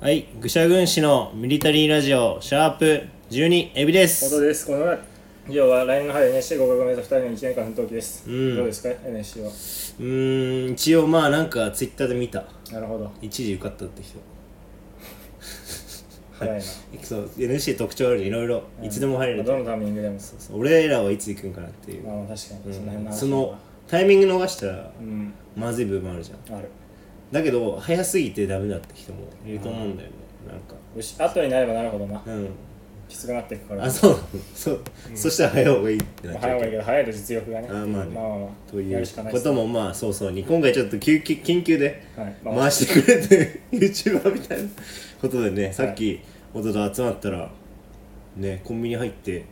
はい、愚者軍師のミリタリーラジオ、シャープ12、エビでことす。です。この以上は来年の春 NSC 合格を目指す2人の1年間の登記です。んどうですか ?NSC は。うーん、一応まあなんかツイッターで見た。なるほど。一時受かったって人。早いな。そう、NC 特徴あるいろいろ、いつでも入れまある。どのタイミングでも。俺らはいつ行くんかなっていう。まあ確かに、その辺の話はその、タイミング逃したらうん、まずい部分あるじゃん。ある。だけど、早すぎてダメだって人もいると思うんだよね。なんか。よし、後になればなるほどな。うん。きつくなっていくから。あ、そうな のそう。そしたら早い方がいいってなまあっち早ゃいう方けど。がいいけど、早いと実力がね。あまあねまあまあまあといやうるしかないこですともまあそうそうに今回ちょっと急き緊急ではいまあ回してくれて YouTuber みたいなことでねさっき音と集まったらねコンビニ入って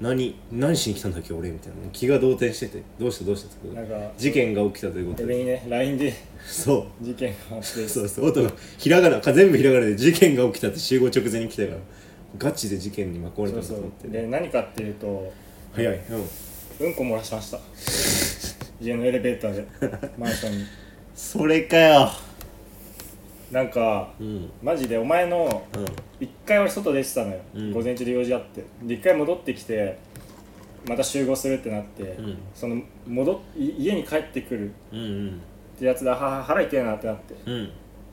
何何しに来たんだっけ俺みたいな気が動転しててどうしたどうしたってことなんか事件が起きたということエでビにね、LINE で そ事件があってう、そうそう音がひらがなか全部ひらがなで事件が起きたって集合直前に来たからガチで事件に巻き込まれそただとうんそ思っうて。で、何かっていうと、早いうんうんこ漏らしました。家のエレベーターで、マンションに。それかよなんか、うんマジでお前のうん一回俺外出てたのよ、うん午前中で用事あってで一回戻ってきてまた集合するってなって、んその戻っい家に帰ってくるっうんうんてやつであはは腹痛いなってなってうん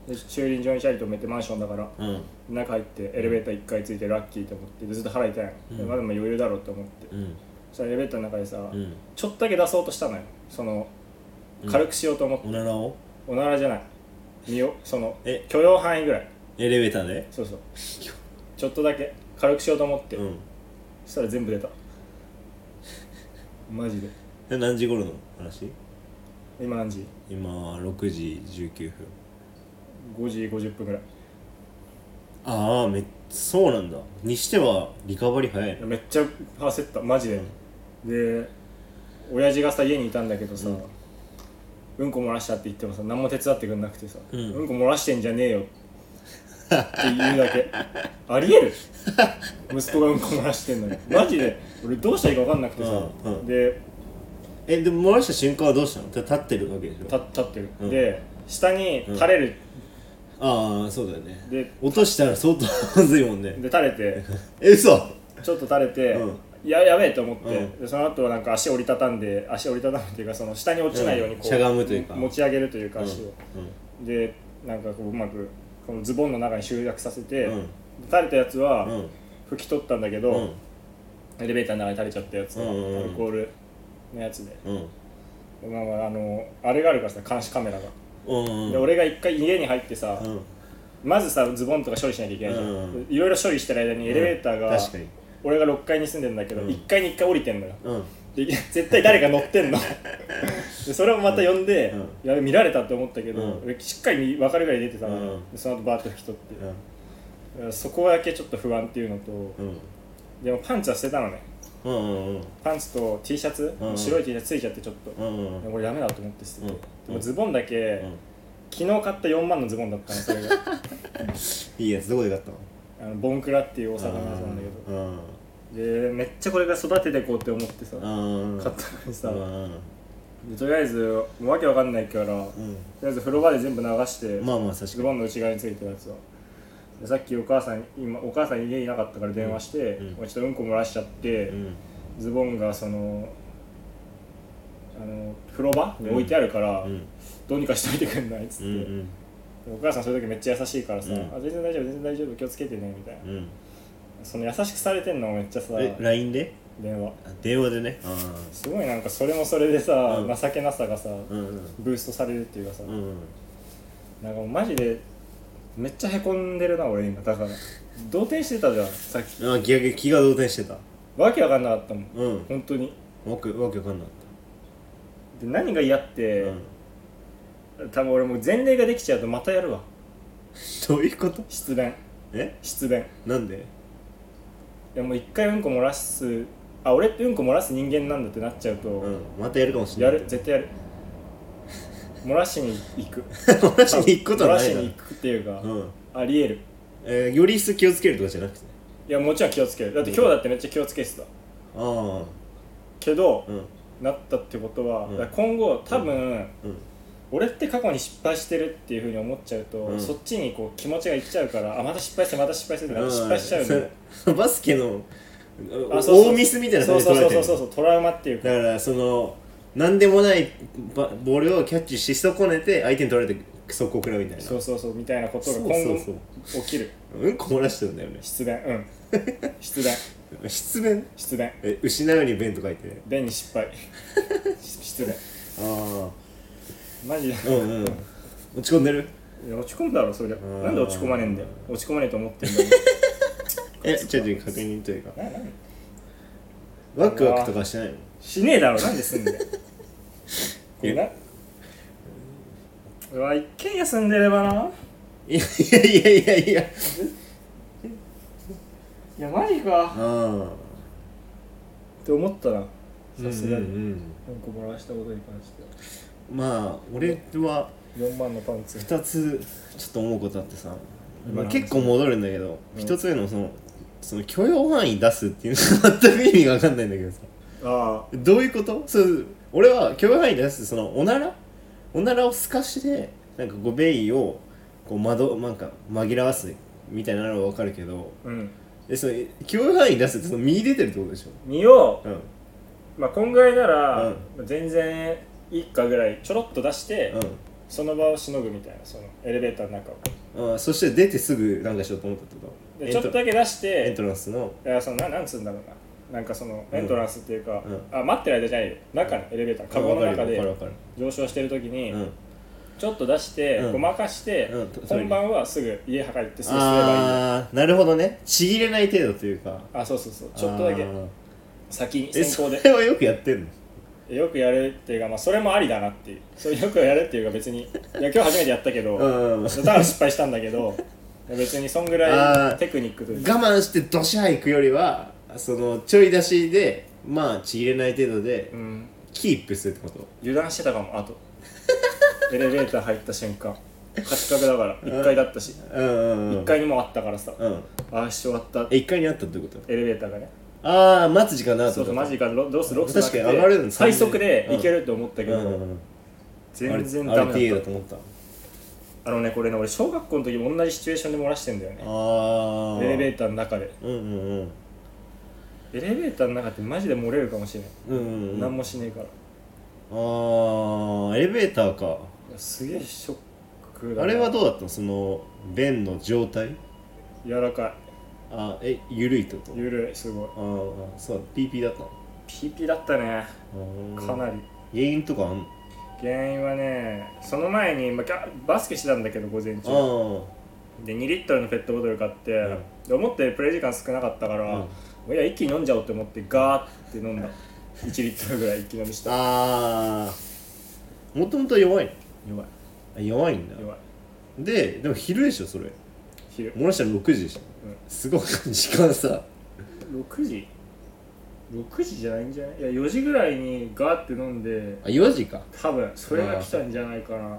で駐輪場にチャリ止めてマンションだからうん中入ってエレベーター1回ついてラッキーと思ってでずっと腹痛いの、うんでまだまあ余裕だろうと思ってうんそしたらエレベーターの中でさ、うんちょっとだけ出そうとしたのよそのうん軽くしようと思って、おならをおならじゃない身をそのえ許容範囲ぐらいエレベーターでそうそうちょっとだけ軽くしようと思って、うんそしたら全部出たマジでえ何時頃の話今何時今6時19分 ?5 時50分ぐらいああめっそうなんだにしてはリカバリー早いなめっちゃ焦ったマジで、で親父がさ家にいたんだけどさ、うん、こ漏らしたって言ってもさ何も手伝ってくれなくてさ、うんこ漏らしてんじゃねえよって言うだけありえる息子がうんこ漏らしてんのにマジで俺どうしたらいいか分かんなくてさ、うんうんでえでも漏らした瞬間はどうしたのた立ってるわけでしょ立立ってる、うんで下に垂れる、ああそうだよねで落としたら相当まずいもんねで垂れてえ嘘ちょっと垂れて、うんややべえと思って、うんでその後はなんか足折りたたんで足折りたたむっていうかその下に落ちないようにこう、うんしゃがむというか持ち上げるというかうん足を、でなんかこううまくこのズボンの中に集約させて、うん垂れたやつはうん拭き取ったんだけど、うんエレベーターの中に垂れちゃったやつ、うんうんうんアルコールのやつで、うんまあまあ、あのあれがあるからさ監視カメラが、うんうんで俺が一回家に入ってさ、うんまずさズボンとか処理しなきゃいけないじゃん、うんうんいろいろ処理してる間にエレベーターが、確かに俺が6階に住んでんだけど、うん1階に1回降りてんのようんで絶対誰か乗ってんのでそれをまた呼んで、うやべ見られたって思ったけど、うん俺しっかり分かるぐらい出てたのよ、うんでその後バーッと拭き取ってう、んだからそこだけちょっと不安っていうのと、うんでもパンツは捨てたのねうんうんうんパンツと T シャツ、うん白い T シャツついちゃってちょっと、うんうんでも俺ダメだと思って捨てて、うんでもズボンだけ、うん昨日買った4万のズボンだったのそ れがいいやつどこで買ったのあのボンクラっていう大阪のやつなんだけどうんでめっちゃこれが育ててこうって思ってさ、うん買ったのにさ、うんでとりあえずもうわけわかんないから、とうりあえず風呂場で全部流して、んまあまあ確ズかボにンの内側についてるやつをでさっきお母さんに今お母さん家いなかったから電話して、うんうんもうちょっとうんこ漏らしちゃって、うんズボンがそのあの風呂場に置いてあるから、うんどうにかしといてくんないっうつって、んうんお母さんそういう時めっちゃ優しいからさ、うんあ全然大丈夫全然大丈夫気をつけてねみたいな、うんその優しくされてんのもめっちゃさえ LINE で電話あ電話でねあすごいなんかそれもそれでさ、うん情けなさがさ、あうんうんブーストされるっていうかさ、うんなんかもうマジでめっちゃへこんでるな俺今だから動転してたじゃんさっきうんあ逆に気が動転してたわけわかんなかったもんうん本当にわけわけわかんなかで何が嫌って、ったうん多分俺もう前例ができちゃうとまたやるわどういうこと失恋え失恋いなんでやもう一回うんこ漏らすあ俺ってうんこ漏らす人間なんだってなっちゃうと、うんまたやるかもしれやないる絶対やる漏らしに行く漏らしに行くことはないな漏らしに行くっていうか、うんありえるえーより一層気をつけるとかじゃなくていやもちろん気をつけるだって今日だってめっちゃ気をつけてたああけど、うんなったってことは、うんだから今後多分、うん俺って過去に失敗してるっていうふうに思っちゃうと、うんそっちにこう気持ちがいっちゃうからあまた失敗してまた失敗してってまた失敗しちゃうのの、バスケのあそうそう大ミスみたいなそう感じでそ取らうそれてるうそうそうそうトラウマっていうかだからその何でもないばボールをキャッチし損ねて相手に取られて速攻食らうみたいなそうそうそうみたいなことがそう今そう後起きるうんこ漏らしてるんだよね失恋うん失恋失恋失恋え失うに弁と書いて便に失敗失恋あマジであうんうん落ち込んでるいや落ち込むだろそれんなんで落ち込まねえんだよ落ち込まねえと思ってんだよえちょっと確認というかななんワクワクとかしてないのしねえだろなんで住んでこれなうわ一軒家住んでればないやいやいやいやいやいやマジかああって思ったなうんうさんすがにうんうんこ漏らしたことに関してはまあ俺は4万のパンツ2つちょっと思うことあってさ、まあ、うん結構戻るんだけどうん1つ目のそのその許容範囲出すっていうのが全く意味が分かんないんだけどさあどういうことそう俺は許容範囲出すそのおならおならを透かしてなんかごベイをこう窓なんか紛らわすみたいなのは分かるけどあうんえその許容範囲出すってその身出てるってことでし見よょうんうまあこんぐらいならう全然いいかぐらいちょろっと出してその場をしのぐみたいなそのエレベーターの中をうんあそして出てすぐなんかしようと思ったってこでちょっととだけ出しエンてトランスのいやそのななんつうんだろうななんかそのうんエントランスっていうか、うあ待ってる間じゃないよ中のエレベーターカゴの中わかるでわかるわか上昇してる時に、るうんちょっと出して、うんごまかして、うん本番はすぐ家はかってすぐすればいいんだああなるほどねちぎれない程度というかあそうそうそうちょっとだけあー先にえ先そ行でれはよくやってんのよくやるっていうか、まあ、それもありだなっていうそれよくやるっていうか別にいや今日初めてやったけど、うん我だから失敗したんだけど別にそんぐらあーいテクニックというか慢してドシャー行くよりはそのちょい出しでまあちぎれない程度でうんキープするってこと油断してたかもあとエレベーター入った瞬間カチカチだから1階だったしうんうんうん1階にもあったからさうんああし終わったえ一回にあったってことエレベーターがねああ待つ時間なかったそっうてそこうとマジかロどうするロックス確かに上がるの最速でいけると思ったけうんうどんうん全然あれダ RTA メだだっと思ったたあのねこれね俺小学校の時も同じシチュエーションで漏らしてんだよねああエレーベーターの中でうんうんうんエレベーターの中ってマジで漏れるかもしれないうんうんうん何もしねえからいああエレベーターかやすげえショックだあなれはどうだったのその便の状態柔らかあえ緩いってこといゆるいすごいああそう PP だったのピーピーだったねあーかなり原因とかあんの原因はねその前に、まあ、ガバスケしてたんだけど午前あ中で2リットルのペットボトル買って、うんで思ったよりプレイ時間少なかったから、うんいや一気に飲んじゃおうって思ってガーって飲んだ1リットルぐらい一気飲みしたああーもともと弱いの弱いあ弱いんだ弱いででも昼でしょそれ昼漏らしたら6時でしょ、うんすごい時間さ6時6時じゃないんじゃないいや4時ぐらいにガーって飲んであ4時かっ多分それが来たんじゃないかな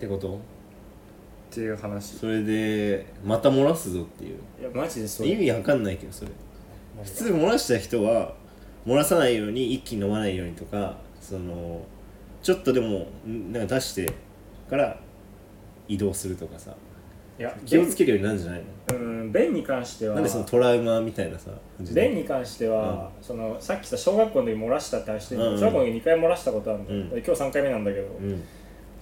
てことっていう話いそれでまた漏らすぞっていうやマジでそう意味わかんないけどそれなんか普通漏らした人は漏らさないように一気に飲まないようにとかそのちょっとでもんなんか出してから移動するとかさいや気をつけるようになるんじゃないのうん便に関してはなんでそのトラウマみたいなさ感じで便に関しては、そのさっきさ小学校の時漏らしたって話してるけどうんうん小学校の時2回漏らしたことあるんだよ、うんで今日3回目なんだけど、うん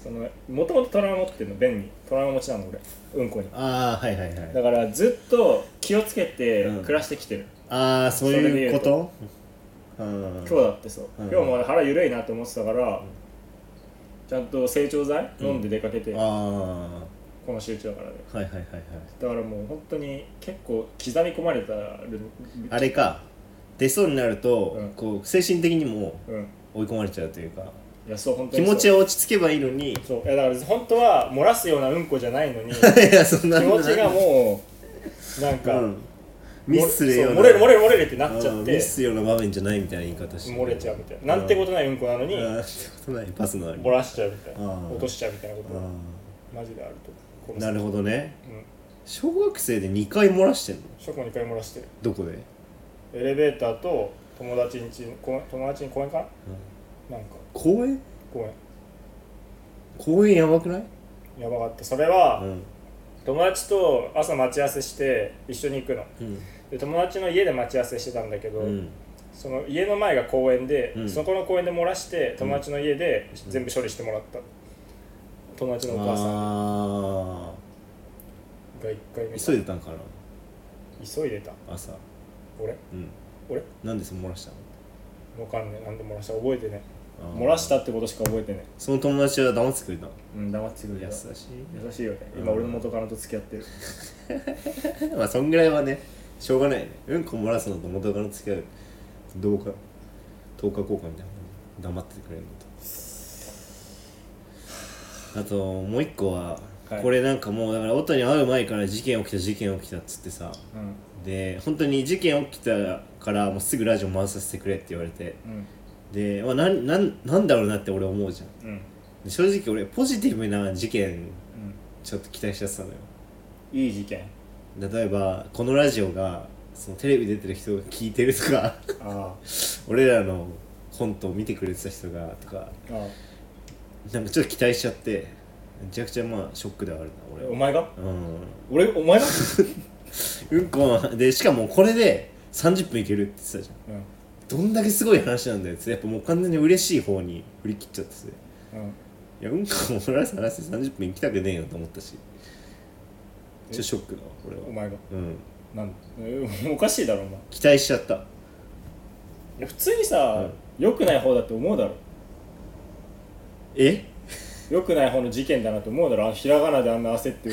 そのもともとトラウマ持ってるの便にトラウマ持ちなの俺うんこにああはいはいはいだからずっと気をつけてうん暮らしてきてる、ああそういうことうん今日だってそう、うん今日も腹ゆるいなと思ってたから、ちゃんと成長剤飲んで出かけて、あこの集中だからねあはいはいはいはいだからもう本当に結構刻み込まれたるあれか出そうになると、うんこう精神的にもうん追い込まれちゃうというかいやそう本当気にそう持ちは落ち着けばいいのにいそういやだから本当は漏らすようなうんこじゃない のにやそんな気持ちがもうなんか、うん、ミスするようそなう漏れる漏れる漏れるってなっちゃうっんてミスするような場面じゃないみたいな言い方して漏れちゃうみたいな、なんてことないうんこなのに、うんなんてことないパスのあり漏らしちゃうみたいな、うん落としちゃうみたいなことがあマジであるとこーなるほどねど、うん、小学生で2回漏らしてんのそこ2回漏らしてるどこで、エレベーターと友達んち公園友達に公園かななんか公園公園公園やばくないやばかったそれは、うん友達と朝待ち合わせして一緒に行くのうんで友達の家で待ち合わせしてたんだけど、うんその家の前が公園で、うんそこの公園で漏らして友達の家で全部処理してもらった、友達のお母さんあが1回目ー急いでたんかな急いでた朝俺うん俺なんでその漏らしたのわかんねえなんで漏らした覚えてねあー漏らしたってことしか覚えてないその友達は黙ってくれたのうん黙ってくれ優たし優しいよね今俺の元カノと付き合ってるい まあそんぐらいはねしょうがないよねうんこ漏らすのと元カノ付き合う同化等価交換みたいな黙っててくれるのとあともう一個は、はいこれなんかもうだから音に会う前から事件起きた事件起きたっつってさうんで本当に事件起きたからもうすぐラジオ回させてくれって言われてうんで、まあ、なんなんなんだろうなって俺思うじゃんうんで正直俺ポジティブな事件うんちょっと期待しちゃってたのよいい事件例えばこのラジオがそのテレビ出てる人が聞いてるとか あ俺らのコントを見てくれてた人がとかああなんかちょっと期待しちゃってめちゃくちゃまあショックではあるなあ俺おは前がうん俺お前がうんこでしかもこれで30分いけるって言ってたじゃんうんどんだけすごい話なんだよってやっぱもう完全に嬉しい方に振り切っちゃっててうんいやうんこも漏らす話で30分行きたくねえよと思ったしちょっとショックだわ俺お前はがうんなんでえおかしいだろお前い期待しちゃったや普通にさ良くない方だって思うだろえ良くない方の事件だなと思うだろあひらがなであんな焦ってるって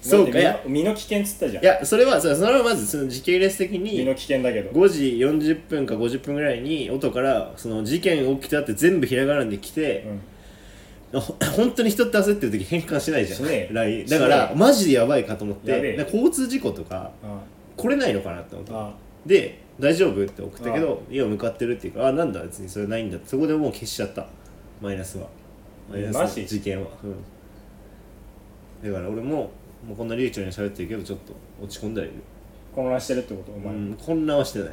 そうかいだっやて身の身の危険っつったじゃんいやそれはそれそれはまずその時系列的身にの危険だけど5時40分か50分ぐらいに音からその事件起きたって全部ひらがなで来て、うほ本当に人って焦ってる時変換しないじゃしねえん LINE しねだえからマジでやばいかと思っやべえてなんか交通事故とんかあ来れないのかなって思ったあで「大丈夫?」って送ったけど「家を向かってる」っていうから「あなんだ別にそれないんだ」ってそこでもう消しちゃったマイナスはマイナスマのジ事件はうんだから俺ももうこんな流暢に喋ってるけどちょっと落ち込んだり混乱してるってことおう前、ん混乱はしてない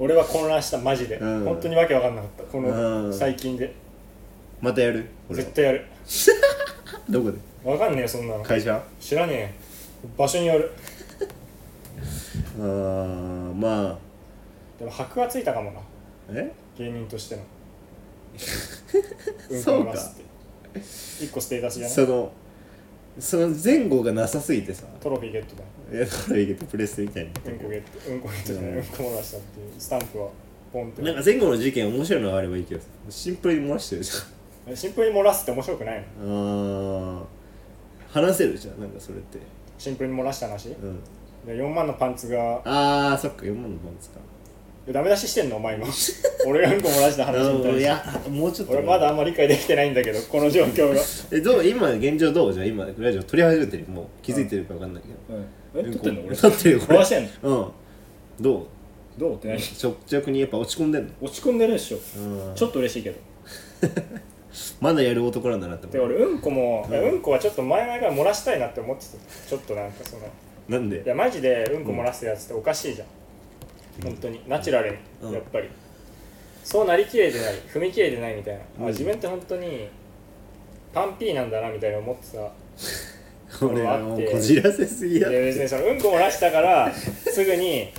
俺は混乱したマジで、うん本当にわけわかんなかったこうのん最近でまたやるこれ絶対やるどこでわかんねえよそんなの会社知らねえよ場所によるあーまあでも箔はついたかもなえ芸人と してのうんそうかこ漏らすって一個ステータスじゃなそいのその前後がなさすぎてさトロフィーゲットだいやトロイゲットプレステみたいになってうんるこゲットうんこゲットじゃない、うんうんこ漏らしたっていうスタンプはポンってなんか前後の事件面白いのがあればいいけどさシンプルに漏らしてるじゃんシンプルに漏らすって面白くないあのー話せるじゃんなんかそれって、シンプルに漏らした話でうん、 4万のパンツがああそっか4万のパンツかダメ出ししてんのお前 今俺がうんこ漏らしたあ話みたいいなやもうちょっと俺まだあんま理解できてないんだけどこの状況がえどう今現状どうじゃあ今ラジオ撮り始めてるもう気づいてるか分かんないけどうん、え撮ってんの俺撮ってるよこ漏れらしてんのうんどうどうって何直着にやっぱ落ち込んでんの落ち込んでるでしょうんちょっと嬉しいけどまだやる男なんだなってで思俺ううんこも、うん、こはちょっと前々から漏らしたいなって思ってたちょっとなんかそのいなんでやマジでうんこ漏らすやつっておかしいじゃん、本当にナチュラルに、うんやっぱりそうなりきれてない踏み切れてないみたいな、うんあ自分って本当にパンピーなんだなみたいな思ってた俺はもうこじらせすぎだっで別てにそのうんこ漏らした からすぐに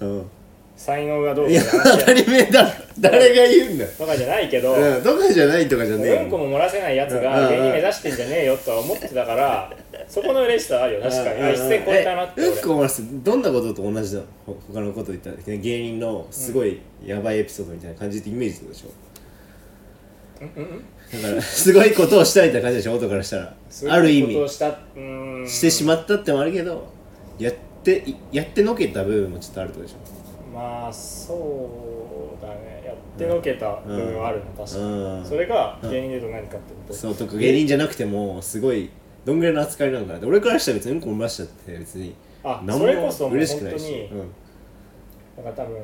何うん才能がどういとやか当たり前だ誰が言うんだよとかじゃないけど、うんとかじゃないとかじゃねえようんこも漏らせないやつうがん芸人目指してんじゃねえよとは思ってたからそこの嬉しさはあるよ確かにあ一線超えたなってえ俺うんこ漏らすどんなことと同じなのほ他のこと言ったら芸人のすごいやばいエピソードみたいな感じってイメージでしょうんうんだからすごいことをしたいって感じでしょ男からしたらそういうある意ことを味したうーんしてしまったってもあるけどやっていやってのけた部分もちょっとあるってことでしまあそうだねやってのけた部分はあるの確かょに、うんそれが芸人で言うと何かってことそうとか芸人じゃなくてもすごいどんぐらいの扱いなんだなって俺からしたら別にうんこ漏らしちゃって別にあ何それこそももう嬉し本くな当いしにうんなんか多分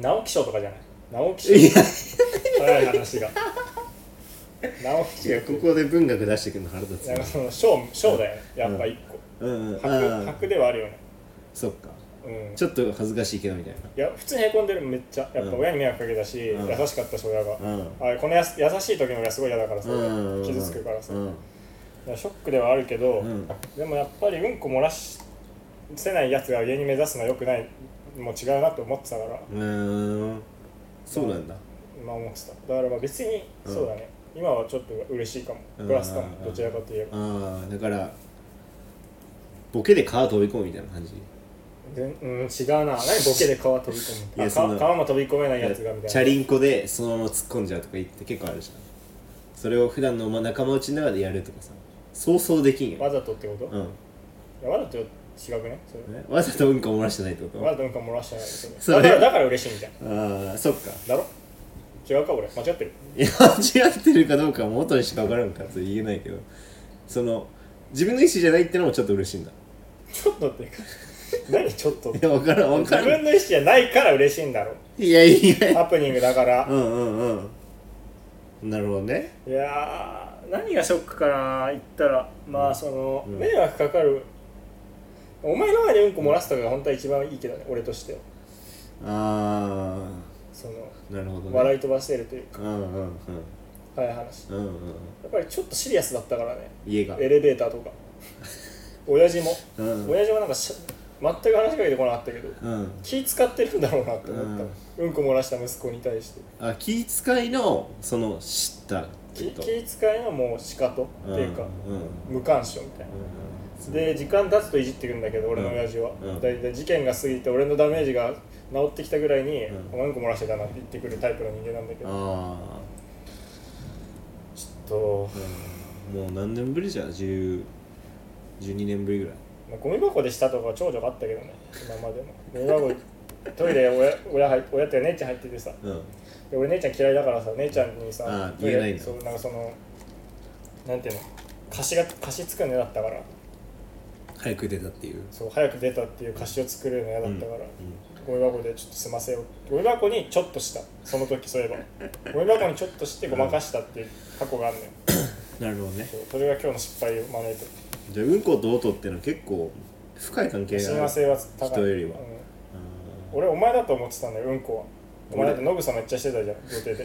直木賞とかじゃない直木賞いや早い 話が直木賞ここで文学出してくるの腹立つなんなかその賞賞だよねやっぱ一個、うんうん箔ああ箔ではあるよねそっかうんちょっと恥ずかしいけどみたいいや普通にへこんでるめっちゃやっぱうん親に迷惑かけたし、うん優しかったし親が、なうんあこのやす優しい時の親すごい嫌だからさ、うん傷つくからさ、うだんからショックではあるけど、うんでもやっぱりうんこ漏らしせないやつが家に目指すのはよくないもう違うなと思ってたからうーんそうなんだまあ思ってただからまあ別に、うんそうだね今はちょっと嬉しいかもうんプラスかもどちらかといえばああだからボケで川飛び込むみたいな感じ全うん違うな何ボケで川飛び込むいやあその川川も飛び込めないやつがみたいなチャリンコでそのまま突っ込んじゃうとか言って結構あるじゃんそれを普段のまあ仲間内の中でやるとかさそうそうできんよ、わざとってこと、ういんやわざと違くねそれね、わざとうんこ漏らしてないってことわざとうんこ漏らしてないですよねそれだからだから嬉しいみたいああそっかなだろ違うか俺間違ってるいや間違ってるかどうかは元にしか分からんからそれ言えないけどその自分の意思じゃないってのもちょっと嬉しいんだいちょっとって いうか何ちょっとってや分からん分自からん分の意思じゃないから嬉しいんだろ いやいやハプニングだからうんうんうんなるほどねいやー何がショックかな言ったらまあその、うん迷惑かかるお前の前でうんこ漏らすとかが本当は一番いいけどね俺としてはあそのあなるほどね笑い飛ばしてるというかうんうんうん早い話うんうんやっぱりちょっとシリアスだったからね家がエレベーターと か親父もうん親父はなんかし全く話しかけてこなかったけどうん気使ってるんだろうなって思った、うん、こ漏らした息子に対してあ気遣いのその知ったって気こと気遣いのもう仕方っていうか、うんうん無関心みたいなうんで時間経つといじってくんだけど俺の親父は、うんだいたい事件が過ぎて俺のダメージが治ってきたぐらいにうん「お前うんこ漏らしてたな」って言ってくるタイプの人間なんだけどあちょっと、あもう何年ぶりじゃん10 12年ぶりぐらいまあ、ゴミ箱でしたとか長女があったけどね今までもゴミ箱トイレ親親入っ親っていうか姉ちゃん入っててさうんで俺姉ちゃん嫌いだからさ姉ちゃんにさあートイレ言えないんだそうなんかそのなんていうの貸しが貸し作るの嫌だったから早く出たっていうそう早く出たっていう貸しを作るの嫌だったから、うゴミ箱でちょっと済ませようゴミ箱にちょっとしたその時そういえばゴミ箱にちょっとしてごまかしたっていう過去があるのよんなるほどねそうそれが今日の失敗を招いてじゃあうんこと音ってのは結構深い関係があ親る和性は高い人よりはうんあ俺お前だと思ってたんだようんこはお前だってノグソめっちゃしてたじゃん予 定で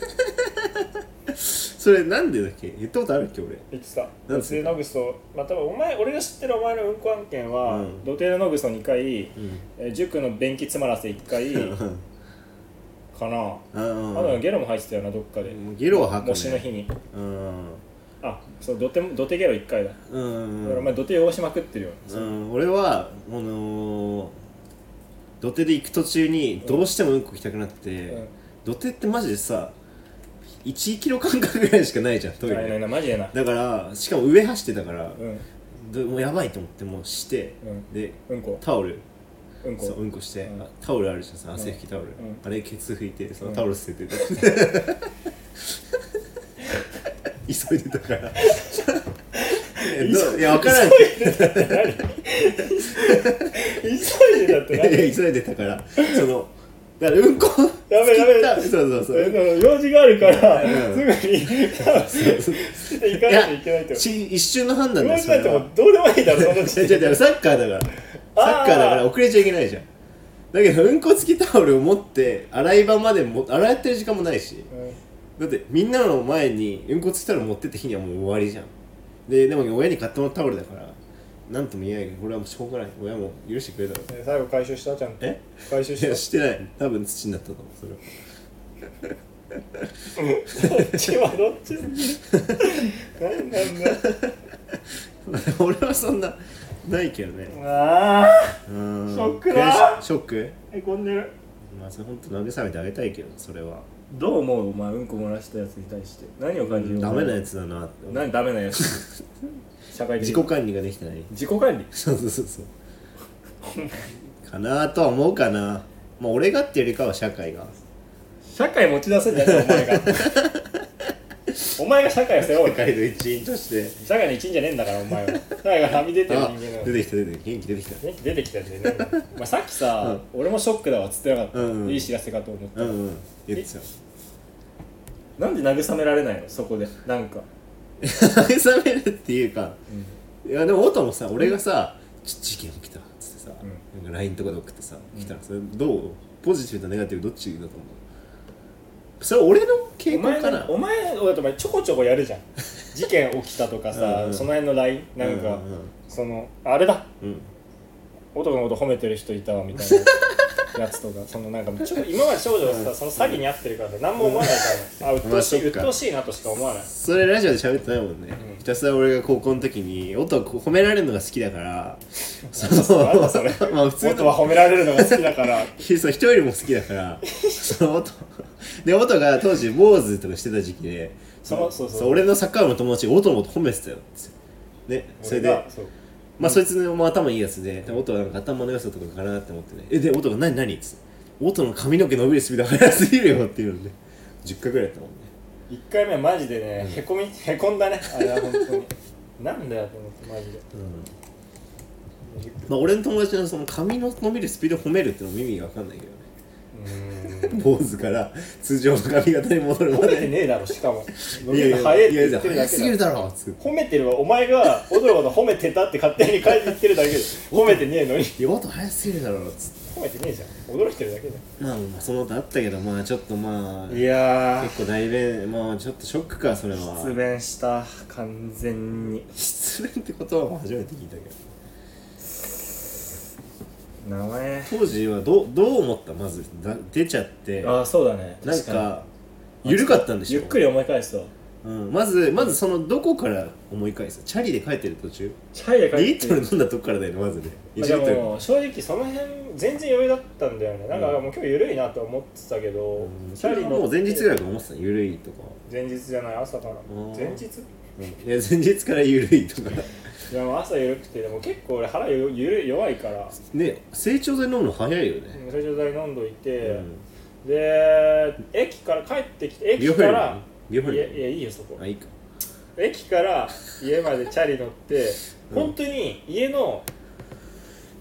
ーそれなんでだっけ言ったことあるっけ俺言ってたなん土です手でノグソまあ多分お前俺が知ってるお前のうんこ案件は、うん土手でノグソ2回、うんえー塾の便器詰まらせ1回かなあああとゲロも入ってたよなどっかでゲロは吐くね模試の日にうんあそう土手土手ゲロ1回だうんだからお前土手汚しまくってるよ、うん、俺はあのー土手で行く途中にどうしてもうんこ行きたくなって、うん土手ってマジでさ1キロ間隔ぐらいしかないじゃんトイレ、ないないないマジでないだからしかも上走ってたから、うんどもうやばいと思ってもうして、うんでうんこタオルうんそうこうんこして、うんあタオルあるじゃんさ汗拭きタオル、んあれケツ拭いてそのうんタオル捨て てた、急いでたから いやどいや分からんけど 急いでだっいてや何いや急いでたからそのだからうんこやべえやべえ突き切ったそうそうそうえ用事があるから、うんすぐに捨てて行かないといけないってし一瞬の判断用で事すなんてもうどうでもいいだろそんな 時違う点違う違うサッカーだからサッカーだから遅れちゃいけないじゃんだけどうんこ付きタオルを持って洗い場までも洗ってる時間もないしだってみんなの前にうんこ付きタオル持ってって日にはもう終わりじゃんででも親に買ってもらったタオルだからなんとも言えないけどこれはもうしょうがない親も許してくれたからえ最後回収したちゃんとえ回収いやししてない多分土になったと思うそれはたどっちは どっちなんなんだ 俺はそんなないけどねあうーんショックだ悔しショックあへこんでるまあそれ本当慰めてあげたいけどそれはどう思うお前うんこ漏らしたやつに対して何を感じるダメなやつだなって何ダメなや つ社会的自に己管理ができてない自己管理そうそうそうそうかなとは思うかなまあ俺がっていうよりかは社会が社会持ち出せんじゃないお 前がお前が社会を背負社う会の一員として社会の一員じゃねえんだからお前 は社会がはみ出てる人あ間なの出てきた出てきた元気出てきた元気出てきたんでね まあさっきさ、俺もショックだわっつってなかった、うんうんいい知らせかと思った、うんうん言ってたなんで慰められないのそこでなんか慰めるっていうか、いやでも音もさ俺がさ「ちょっと事件起きた」っつってささ、うなんか LINE とかで送ってさうん来たらそれどうポジティブとネガティブどっちだと思うそれ俺の傾お前向かななお前だとお前ちょこちょこやるじゃん事件起きたとかうんうんさその辺の LINE なんうんうんうか、んそのあれだうん男のこと褒めてる人いたわみたいなやつとかそのなんかちょ今まで少女はさその詐欺に遭ってるからさ何も思わないから、あ鬱陶しいまあそっか鬱陶しいなとしか思わないそれラジオで喋ってないもんね、んひたすら俺が高校の時に音は褒められるのが好きだからそなんだそれまあ普通音は褒められるのが好きだからひそう人よりも好きだから その音で音が当時坊主とかしてた時期でそうそうそう俺のサッカー部の友達が音のこと褒めてたよってねそれ俺でがそうまあそいつも頭いいやつで音はなんか頭の良さとかかなって思ってねえで音が何何っつって音の髪の毛伸びるスピード速すぎるよっていうので10回ぐらいやったもんね一回目はマジでねへこみ へこんだねあれは本当になんだよと思ってマジでまあ、俺の友達のその髪の伸びるスピード褒めるってのも意味が分かんないけどねうーん坊主から通常の髪型に戻るま褒めてでねえだろしかも 伸いびやいるやの早いっいてやい言やってるだ早けすだぎるだろっつって褒めてるはお前 が踊るほど褒めてたって勝手に書いて言ってるだけで褒めてねえのにいや音早すぎるだろっつって褒めてねえじゃん驚いてるだけだよまあまあその他あったけどまあちょっとまあいや結構大弁まあちょっとショックかそれは失恋した完全に失恋って言葉も初めて聞いたけど名前当時はどうどう思ったまずだ出ちゃってあなあそうだねん確にか緩かったんでしょゆっくり思い返すとうん、まずまずそのどこから思い返すチャリで帰ってる途中チャイで2帰リっッてトル飲んだとこからだよねまずね1リまあッでトルも正直その辺全然余裕だったんだよねなんかうんもう今日緩いなと思ってたけうどんチャリのもう前日ぐらいから思ってたのゆるいとか、前日じゃない朝からん前日いや前日からゆるいと かいやもう朝緩くてでも結構俺腹ゆゆる弱いからね成長剤飲むの早いよね、最初剤飲んどいて、うんで駅から帰ってきてビオフ駅ェかルらビオフェいやいルやいいよそこあいいか駅から家までチャリ乗って、うん本当に家の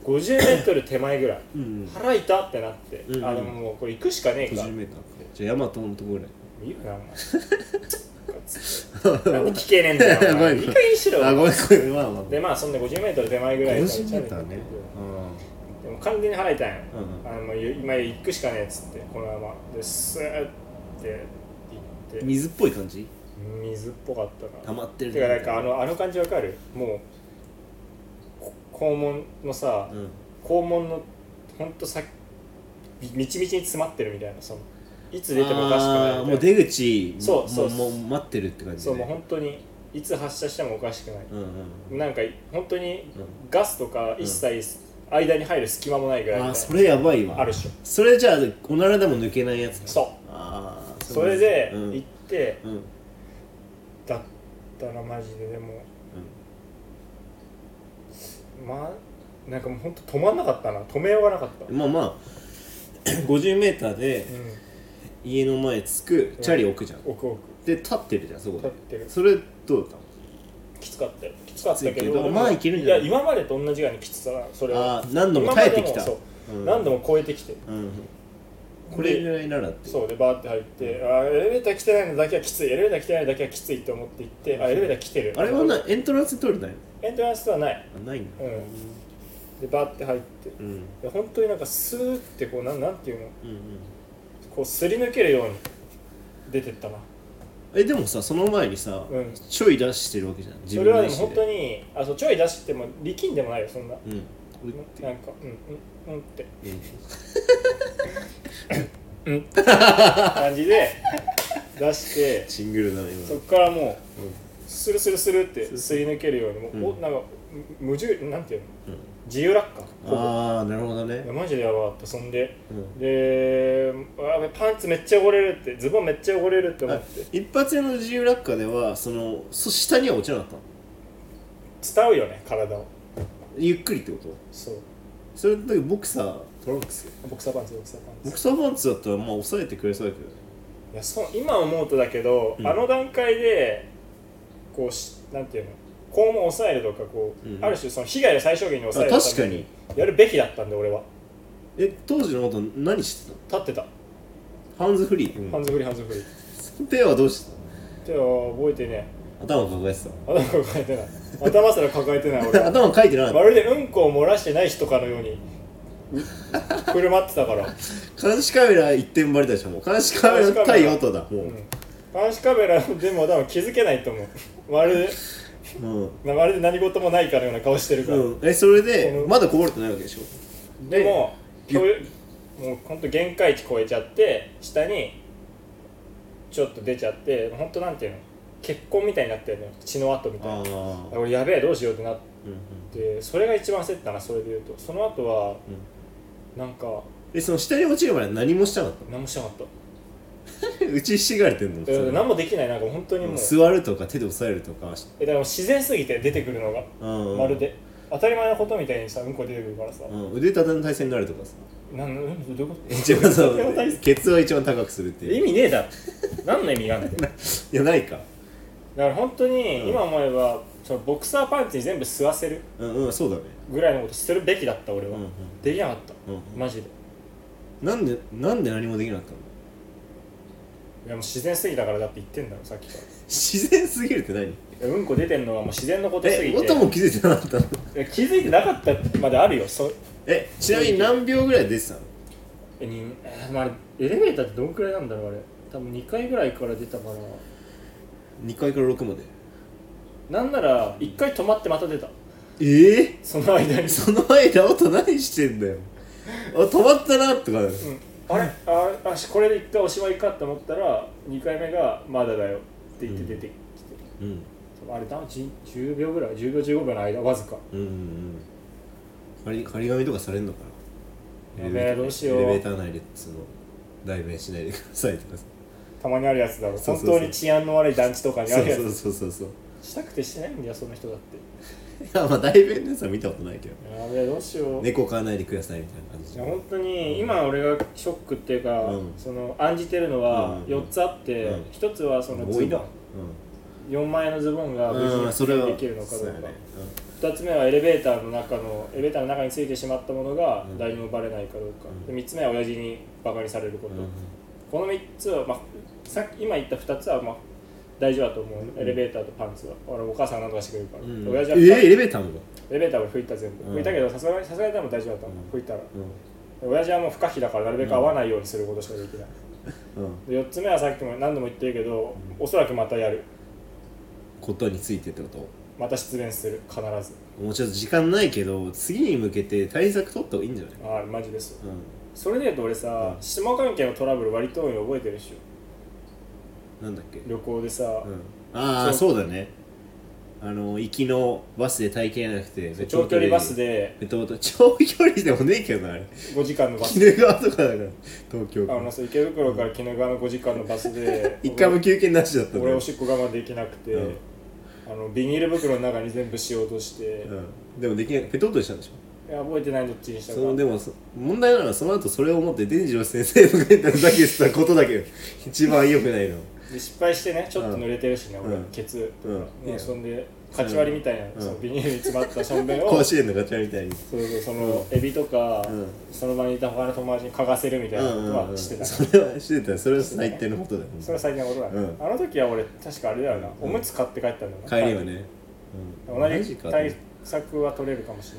50m 手前ぐらいうん腹痛ってなって、うんうんあのもうこれ行くしかねえか 50m じゃあヤマトのとこぐらいいいよな お前なんで聞けねえんだよお ごめ前んいい加減にしろあごめんごめんまあまあでまあそんで 50m 手前ぐらいからチャリ乗って 50m ねでも完全に腹痛いの,、うんあのもう今行くしかねえっつってこのままでスーッて行って水っぽい感じ水っぽかったから溜まってるてかなんかあのあの感じわかるもうこ肛門のさ、うん肛門のほんとさみみちみちに詰まってるみたいなそのいつ出てもおかしくないあみたいなーもう出口そうそうもうもう待ってるって感じそうもうね本当にいつ発射してもおかしくない、うんうんなんか本当にうガスとか一切間に入る隙間もないぐらいんみあたーいなそれやばいわあるっしょそれじゃあおならでも抜けないやつだそああうそれでうん行って、うんうんだったらマジででもまあなんかもう本当止まんなかったな止めようがなかった、まあまあ 50m でうん家の前着くチャリ置くじゃん、奥奥で立ってるじゃんそこで立ってるそれどうだったのきつかったよきつかったきつけいけどどでもまあいけるんじゃないや今までと同じぐらいにきつさだそれあはー何度も耐えてきた今までもそう、うん何度も超えてきてうんこれぐらいならってそうでバーって入ってあーエレベーター来てないのだけはきついエレベーター来てないのだけはきついと思って行ってあエレベーター来てるあれはなエントランス通りないのエントランスはないあないんだうんでバーって入ってうんうんで本当になんかスーってこうなんなんていうのうんこうすり抜けるように出てったなえでもさその前にさ、うんちょい出してるわけじゃん自そ分れはので意も思本当にあそうちょい出しても力んでもないよそんな、うんうなんかうんうんうんってうん感じで出してシングルだねそこからもう今、うんスルスルスルってすり抜けるようにもう、うんおなんかむ無重なんていうのうん自由落下ほああなるほどぼいねやマジでやばかったそんでうんであパンツめっちゃ汚れるってズボンめっちゃ汚れるって思あって一発目の自由落下ではそのそ下には落ちなかったの伝うよね体をゆっくりってことそうそれだけボクサートランクスボクサーパンツボクサーパボンクツサーパンツだったらまあ抑えてくれそうだけどねいやそう今思うとだけど、うんあの段階でこうしなんていうの肛門を抑えるとかこう、うんある種その被害を最小限に抑えるあ確かにやるべきだったんで俺はえ当時のこと何してた立ってたのハンズフリー、ハンズフリーハンズフリー手はどうしてたの手は覚えてね頭抱えて頭抱えてない頭すら抱えてない俺た頭かいてなかまっるでうんこを漏らしてない人かのようにう振る舞ってたから、た監視カメラ一点張りだしもう監視カメラ対音だうもん、監視カメラでも多分気づけないと思うまるううん、でまるで何事もないかのような顔してるから、うん、えそれでうんまだこぼれてないわけでしょでも許もう本当限界値超えちゃって下にちょっと出ちゃって本当なんていうの結婚みたいになってるのよ血の跡みたいあなあ俺やべえどうしようってなっうんうんてそれが一番焦ったなそれで言うとその後は、なんかえその下に落ちるまで何もしたかっ何もしなかったた 打ちひしがれてんのだから何もできないなんか本当にもう座るとか手で押さえるとかえだから自然すぎて出てくるのが、うんまるで当たり前のことみたいにさうんこ出てくるからさ、うん、腕立ての体勢になるとかさなんうんどういうこと一番 その腕立ての体勢ケツを一番高くするっていう意味ねえだろ何の意味があるんだよいやないかだから本当うんに今思えば、そのボクサーパンチに全部吸わせるうんうんそうだねぐらいのことするべきだった俺は、うんうんできなかった、うんうんマジでなんでなんで何もできなかったの いやもう自然すぎだからだって言ってんだろさっきか自然すぎるって何らいやうんこ出てんのはもう自然のことすぎえて音も気づいてなかったの いや気づいてなかったまであるよそえちなみに何秒ぐらい出てたのえに、えーまあ、エレベーターってどんくらいなんだろうあれ多分2回ぐらいから出たから2階から6までなんなら1回止まってまた出たええその間にその間音何してんだよあ止まったなとかなるうんあれあれあしこれで1回おしまいかと思ったら2回目が「まだだよ」って言って出てきて、うんあれ多分じ10秒ぐらい10秒15秒の間わずかうんうんうん仮り紙とかされんのかなやべえどうしよエうレベーター内でその代弁しないでくださいとかさたまにあるやつだろそうそうそう本当に治安の悪い団地とかにあそうるやつそうそうそうそうしたくてしてないんだよその人だっていやまあ代弁のやつは見たことないけどやべえどうしよう、猫飼わないでくださいみたいな感じいや本当に今俺がショックっていうか、うんその案じてるのはうん4つあって、うん1つはその多ズいなボン4枚のズボンが無うん、うん、そ事にれ付はけできるのかどそううやか、ね2つ目はエレベーターの中のエレベーターの中についてしまったものがうん誰にもバレないかどうか、うんで3つ目は親父にバカにされるこうと、んうんこの3つは、まあ、さっき今言った2つは、まあ、大丈夫だと思う、エレベーターとパンツは俺お母さんなんとかしてくれるから、うん親父はえーエレベーターもエレベーター俺拭いた全部、うん拭いたけどさすがにさすがにでも大丈夫だったの、うん拭いたらう親父はもう不可避だからなるべく会わないようにすることしかできない、んうんで4つ目はさっきも何度も言ってるけど、おそらくまたやることについてってことまた失恋する必ずもうちょっと時間ないけど次に向けて対策取った方がいいんじゃないああマジですようそれで言うと俺さ、うん下関係のトラブル割と多いの覚えてるでしょんなんだっけ旅行でさ、うんああそそうだねあの行きのバスで体験じゃなくてペット長ボト距ル離バスでペットボトル長距離でもねえけどなあれ5時間のバス鬼怒川とかだから東京あのそう池袋から鬼怒川の5時間のバスで 一回も休憩なしだった俺んだ俺よおしっこ我慢できなくて、うんあのビニール袋の中に全部しようとして、いうんでもできないペットボトルしたんでしょや覚えてないどっちにしたかそのでもそ問題なのはその後それを思って伝次郎先生の書いたふざけてたことだけど一番良くないので失敗してねちょっと濡れてるしね、うん俺ケツとか、うんもうそんでカチ割りみたいな、うんそのビニールに詰まったしょんべんを甲子園のガチャみたいにそうそうそのエビとか、うんその場にいた他の友達に嗅がせるみたいなこうんうとんうはんしてた、それはしてたそれは最低のことだよそれは最近のことだ、うんあの時は俺確かあれだよな、うんおむつ買って帰ったんだよな帰りはねうん同マじジか対策は取れるかもし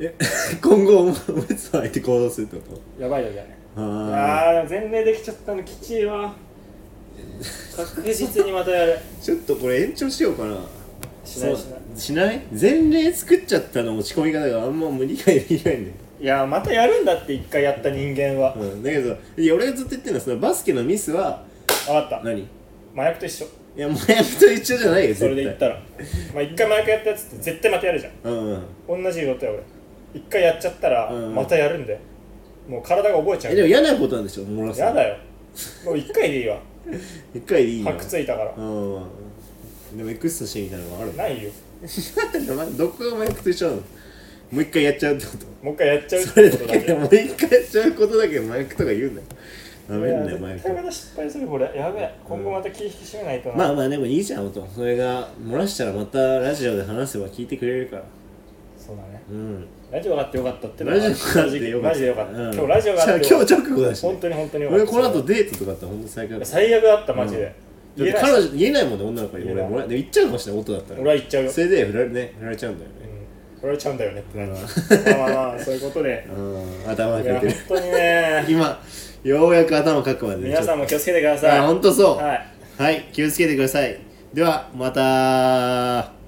れないなえ今後お前お前と相手行動するってことやばいよねああああー全米できちゃったのきちいわ確実にまたやるちょっとこれ延長しようかなしないしないそうしない前例作っちゃったの落ち込み方があんま無理解できないんだよ、いやーまたやるんだって一回やった人間は、うん、だけどいや俺がずっと言ってるのはそのバスケのミスは分かった何い麻薬と一緒や麻薬と一緒じゃないよ絶対それで言ったらまあ一回麻薬やったやつって絶対またやるじゃんうんうん同じことや俺一回やっちゃったらうんまたやるんだよ、もう体が覚えちゃうえでも嫌なことなんでしょ漏らすのやだよもう一回でいいわ一回でいいの白ついたからうんでもエクスタシーみたいなのがあるのないよなんでどこが麻薬と一緒なのもう一回やっちゃうってこともう一回やっちゃうっそれてことだけだけでもう一回やっちゃうことだけ麻薬とか言うんだよダメんだよ麻絶対ま薬た失敗するこれやべえ今後また気引き締めないとな、まあまあでもいいじゃん音それが漏らしたらまたラジオで話せば聞いてくれるからそうだねうんラジオがあってよかったってのはラジオがあってよかったマジでよかった、うん今日ラジオがあってじゃあ今日直後だしね本当に本当によかっ俺たこの後デートとかあったらほんと最悪だ最悪だったマジで、だって言えない彼女言えないもんね女の子に言え俺ないもらで言っちゃうかもしれない音だったら俺は言っちゃうよ、それで振られ,、ね、振られちゃうんだようね、ん、取られちゃうんだよねってなるうんまあまあまあそういうことでうん頭いがやくれ本てる当にね今ようやく頭かくまで皆さんもも気をつけてくださいあ本当そうはいはい、気をつけてくださいではまた